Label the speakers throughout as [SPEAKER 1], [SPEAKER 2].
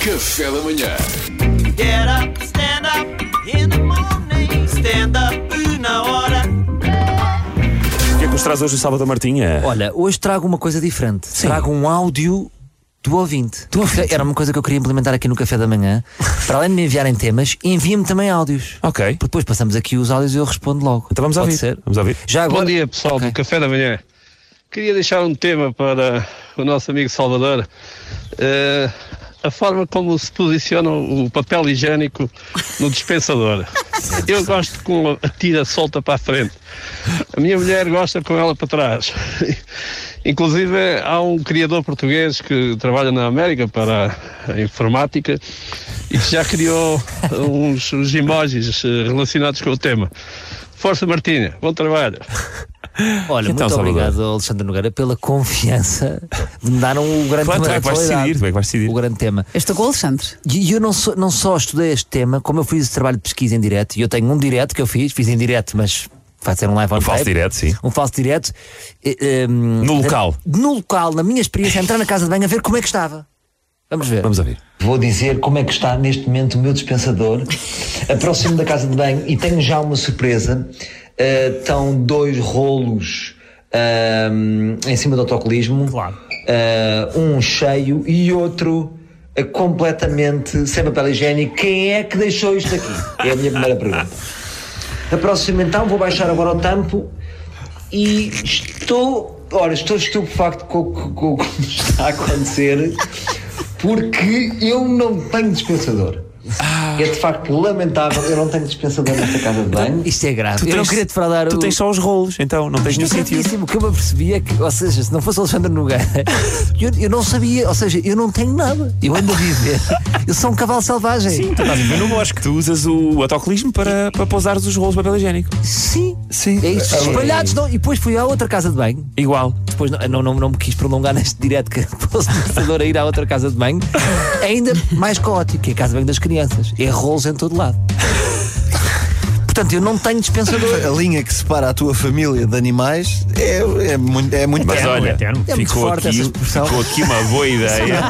[SPEAKER 1] Café da manhã.
[SPEAKER 2] Get up, stand up in the morning. Stand up na hora.
[SPEAKER 3] O que é que nos traz hoje o Salvador Martinha?
[SPEAKER 4] Olha, hoje trago uma coisa diferente. Trago um áudio do ouvinte. Era uma coisa que eu queria implementar aqui no café da manhã. Para além de me enviarem temas, enviem-me também áudios.
[SPEAKER 3] Ok.
[SPEAKER 4] Porque depois passamos aqui os áudios e eu respondo logo.
[SPEAKER 3] Então vamos
[SPEAKER 4] Pode
[SPEAKER 3] ouvir.
[SPEAKER 4] ser?
[SPEAKER 3] Vamos ouvir.
[SPEAKER 4] Já agora.
[SPEAKER 5] Bom dia, pessoal
[SPEAKER 4] Ok.
[SPEAKER 5] do Café da Manhã. Queria deixar um tema para o nosso amigo Salvador. Eh, a forma como se posiciona o papel higiênico no dispensador. Eu gosto com a tira solta para a frente. A minha mulher gosta com ela para trás. Inclusive, há um criador português que trabalha na América para a informática e que já criou uns, uns emojis eh, relacionados com o tema. Força, Martinha. Bom trabalho.
[SPEAKER 4] Olha,
[SPEAKER 3] Então,
[SPEAKER 4] muito
[SPEAKER 3] Salvador.
[SPEAKER 4] obrigado, Alexandre Nogueira, pela confiança de me dar um grande
[SPEAKER 3] Claro, tu é
[SPEAKER 4] tema. da
[SPEAKER 3] que vais
[SPEAKER 4] atualidade.
[SPEAKER 3] decidir, tu é que vais decidir.
[SPEAKER 4] O grande tema.
[SPEAKER 6] Eu estou com o Alexandre.
[SPEAKER 4] E eu não só, não só estudei este tema, como eu fiz esse trabalho de pesquisa em direto, e eu tenho um direto que eu fiz, fiz em direto, mas vai ser um live on
[SPEAKER 3] Um falso
[SPEAKER 4] tape.
[SPEAKER 3] direto, sim.
[SPEAKER 4] Um falso direto. eh, eh,
[SPEAKER 3] No local.
[SPEAKER 4] no local, na minha experiência, a entrar na casa de banho a ver como é que estava. Vamos ver.
[SPEAKER 3] Vamos ouvir.
[SPEAKER 7] Vou dizer como é que está neste momento o meu dispensador. Aproximo da casa de banho e tenho já uma surpresa. Uh, estão dois rolos um, em cima do autocolismo.
[SPEAKER 3] Claro.
[SPEAKER 7] Uh, um cheio e outro uh, completamente sem papel higiênico. Quem é que deixou isto aqui? É a minha primeira pergunta. Aproximo então, vou baixar agora o tampo e estou. Ora, estou estupefacto com o que- com o que me está a acontecer porque eu não tenho dispensador.
[SPEAKER 4] Ah.
[SPEAKER 7] É de facto lamentável, eu não tenho dispensador nesta casa de banho.
[SPEAKER 4] Isto é grave. eu não queria te fraudar
[SPEAKER 3] Então, Tu
[SPEAKER 4] o...
[SPEAKER 3] tens só os rolos, então não tens
[SPEAKER 4] Isto é
[SPEAKER 3] nenhum sentido.
[SPEAKER 4] gravíssimo. O que eu me apercebi é que, ou seja, se não fosse o Alexandre Nogueira, eu, eu não sabia, ou seja, eu não tenho nada. Eu ando a viver. Eu sou um cavalo selvagem.
[SPEAKER 3] Tu estás a viver no bosque. Tu usas o autocolismo para, para pousares os rolos de papel higiênico.
[SPEAKER 4] Sim.
[SPEAKER 3] Sim.
[SPEAKER 4] É isso. Espalhados. Não. E depois fui à outra casa de banho.
[SPEAKER 3] Igual.
[SPEAKER 4] Depois não, não, não, não me quis prolongar neste direto que fosse pensador a ir à outra casa de banho. É Ainda mais caótico, que é a casa de banho das crianças. É rolos em todo lado. Portanto, eu não tenho dispensador.
[SPEAKER 8] A linha que separa a tua família de animais é, é muito, é muito
[SPEAKER 3] Mas
[SPEAKER 8] perto.
[SPEAKER 3] olha,
[SPEAKER 4] É muito
[SPEAKER 3] ficou,
[SPEAKER 4] forte
[SPEAKER 3] aqui, um-
[SPEAKER 4] essa expressão. É
[SPEAKER 3] ficou aqui uma boa ideia.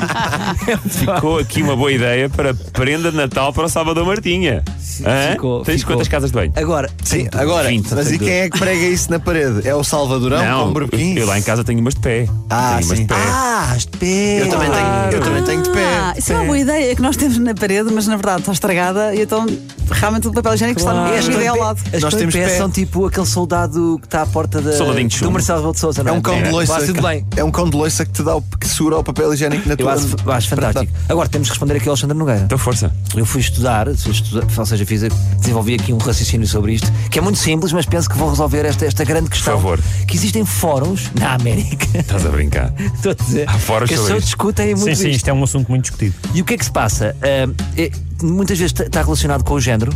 [SPEAKER 3] ficou aqui uma boa ideia para prenda de Natal para o Salvador Martinha. Hã?
[SPEAKER 4] ficou,
[SPEAKER 3] tens
[SPEAKER 4] ficou.
[SPEAKER 3] quantas casas de banho?
[SPEAKER 4] Agora,
[SPEAKER 8] Sim, agora,
[SPEAKER 3] 20,
[SPEAKER 8] mas
[SPEAKER 3] sem
[SPEAKER 8] e quem é que prega isso na parede? É o Salvadorão com
[SPEAKER 3] eu,
[SPEAKER 8] burbequim?
[SPEAKER 3] eu lá em casa tenho umas de pé.
[SPEAKER 8] Ah,
[SPEAKER 3] tenho umas de
[SPEAKER 8] sim.
[SPEAKER 3] pé.
[SPEAKER 4] ah, espera.
[SPEAKER 8] Eu também tenho, eu também tenho de pé.
[SPEAKER 6] Ah, isso é uma boa ideia que nós temos na parede, mas na verdade está estragada e então realmente o papel higiênico
[SPEAKER 4] Claro.
[SPEAKER 6] está no
[SPEAKER 8] é
[SPEAKER 6] meio ao lado.
[SPEAKER 4] As Nós
[SPEAKER 8] Nós temos pé.
[SPEAKER 4] são tipo aquele soldado que está à porta da,
[SPEAKER 3] Soldadinho de chumbo.
[SPEAKER 4] do Marcelo Rebelo de Sousa.
[SPEAKER 8] É um cão de loiça.
[SPEAKER 4] Tudo bem.
[SPEAKER 8] que- É um cão de loiça que te dá o que segura o papel higiênico na
[SPEAKER 4] Eu
[SPEAKER 8] tua
[SPEAKER 4] acho, acho
[SPEAKER 8] para te dar-
[SPEAKER 4] fantástico. Agora temos que responder aqui ao Alexandre Nogueira.
[SPEAKER 3] Então força.
[SPEAKER 4] Eu fui estudar, fui estudar- ou seja, fiz, a- desenvolvi aqui um raciocínio sobre isto, que é muito simples, mas penso que vou resolver esta, esta grande questão.
[SPEAKER 3] favor.
[SPEAKER 4] Que existem fóruns na América,
[SPEAKER 3] Estás a brincar.
[SPEAKER 4] estou a dizer,
[SPEAKER 3] Há fóruns
[SPEAKER 4] que as
[SPEAKER 3] sobre
[SPEAKER 4] pessoas
[SPEAKER 3] isto.
[SPEAKER 4] discutem muito
[SPEAKER 9] Sim, sim,
[SPEAKER 4] isto.
[SPEAKER 9] isto é um assunto muito discutido.
[SPEAKER 4] E o que é que se passa? Ah, é- muitas vezes está relacionado com o género,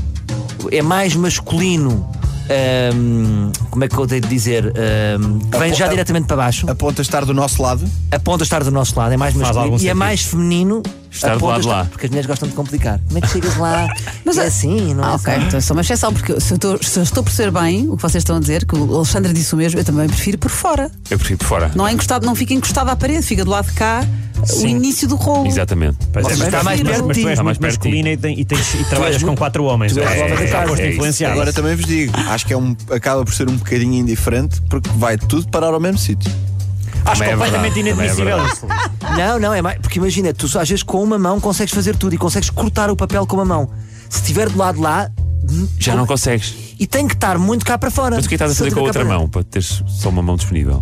[SPEAKER 4] é mais masculino. ahm, como é que eu tenho de dizer? Ahm, que vem
[SPEAKER 8] Apo-
[SPEAKER 4] já
[SPEAKER 8] a-
[SPEAKER 4] direitamente para baixo,
[SPEAKER 8] Aponta estar do nosso lado.
[SPEAKER 4] aponta estar do nosso lado, é mais
[SPEAKER 9] algum
[SPEAKER 4] masculino. E é
[SPEAKER 9] sentido.
[SPEAKER 4] mais feminino
[SPEAKER 3] Estar do
[SPEAKER 4] aponta
[SPEAKER 3] lado de lá.
[SPEAKER 4] Porque as mulheres gostam de complicar. Como é que chegas lá? Mas é
[SPEAKER 6] a-
[SPEAKER 4] assim, não é?
[SPEAKER 6] Ah, ok,
[SPEAKER 4] assim.
[SPEAKER 6] então sou uma exceção, porque se eu, estou, se eu estou a perceber bem o que vocês estão a dizer, que o Alexandre disse o mesmo, eu também prefiro por fora.
[SPEAKER 3] Eu prefiro por fora.
[SPEAKER 6] Não é encostado, não fica encostado à parede, fica do lado de cá o início do rolo.
[SPEAKER 3] Exatamente.
[SPEAKER 4] é,
[SPEAKER 9] Mas-
[SPEAKER 4] mas está
[SPEAKER 9] mas-
[SPEAKER 4] mais
[SPEAKER 9] mas-
[SPEAKER 4] perto de
[SPEAKER 9] mas
[SPEAKER 4] ti.
[SPEAKER 9] tu és
[SPEAKER 3] Está mais perto de
[SPEAKER 9] muito
[SPEAKER 3] ti.
[SPEAKER 9] masculina e, tem- e tens- e trabalhas
[SPEAKER 4] muito-
[SPEAKER 9] com quatro homens.
[SPEAKER 4] és
[SPEAKER 9] é,
[SPEAKER 4] logo
[SPEAKER 9] é,
[SPEAKER 4] atacado,
[SPEAKER 9] foste
[SPEAKER 3] é isso,
[SPEAKER 9] influenciado.
[SPEAKER 8] Agora também vos digo, acho que é um, acaba por ser um bocadinho indiferente porque vai tudo parar ao mesmo sítio.
[SPEAKER 9] Acho
[SPEAKER 3] Também é verdade,
[SPEAKER 9] completamente
[SPEAKER 3] também é
[SPEAKER 9] inadmissível.
[SPEAKER 3] verdade.
[SPEAKER 9] isso.
[SPEAKER 4] Não, não, é mais. Porque imagina, tu só- às vezes com uma mão consegues fazer tudo e consegues cortar o papel com uma mão. Se estiver do lado de lá.
[SPEAKER 3] Já não consegues.
[SPEAKER 4] E tem que estar muito cá para fora.
[SPEAKER 3] Mas o que é que estás a
[SPEAKER 4] Se eu
[SPEAKER 3] fazer com a
[SPEAKER 4] tiver cá
[SPEAKER 3] outra
[SPEAKER 4] para-
[SPEAKER 3] mão? Para teres só uma mão disponível.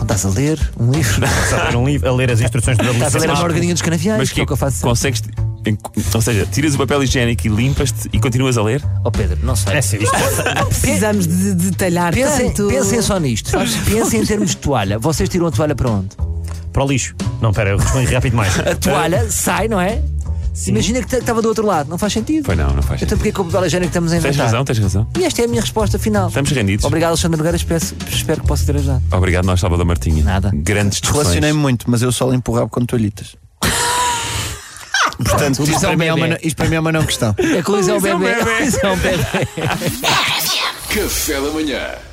[SPEAKER 4] Estás a ler um livro.
[SPEAKER 9] Só ler um livro, a ler as instruções do
[SPEAKER 4] Estás a ler a Morgadinha dos Canaviais,
[SPEAKER 3] Mas
[SPEAKER 4] que é o que eu faço. sempre.
[SPEAKER 3] consegues. Ou seja, tiras o papel higiênico e limpas-te e continuas a ler?
[SPEAKER 4] Oh Pedro, não sei.
[SPEAKER 9] É sim, isto
[SPEAKER 6] Precisamos de de detalhar
[SPEAKER 4] Pensem,
[SPEAKER 6] tanto.
[SPEAKER 4] pensem só nisto. Pensem em termos de toalha. Vocês tiram a toalha para onde?
[SPEAKER 9] para o lixo. Não, pera, eu respondi rápido mais.
[SPEAKER 4] A toalha sai, não é? Imagina que estava do outro lado. Não faz sentido.
[SPEAKER 3] Foi não, não faz
[SPEAKER 4] Então
[SPEAKER 3] sentido.
[SPEAKER 4] porquê que o papel higiênico estamos a inventar?
[SPEAKER 3] Tens razão, tens razão.
[SPEAKER 4] E esta é a minha resposta final.
[SPEAKER 3] Estamos rendidos.
[SPEAKER 4] Obrigado, Alexandre Nogueira. Espero, espero que possa ter ajudado.
[SPEAKER 3] Obrigado, nós, Salvador Martinha.
[SPEAKER 4] Nada.
[SPEAKER 3] Grandes discussões.
[SPEAKER 8] Relacionei-me muito, mas eu só lhe empurrava com toalhitas. Portanto,
[SPEAKER 3] um
[SPEAKER 8] isto para, mim é uma, não- isto para mim é uma não questão.
[SPEAKER 4] A colisão bebê. A colisão bebê.
[SPEAKER 1] Café da manhã.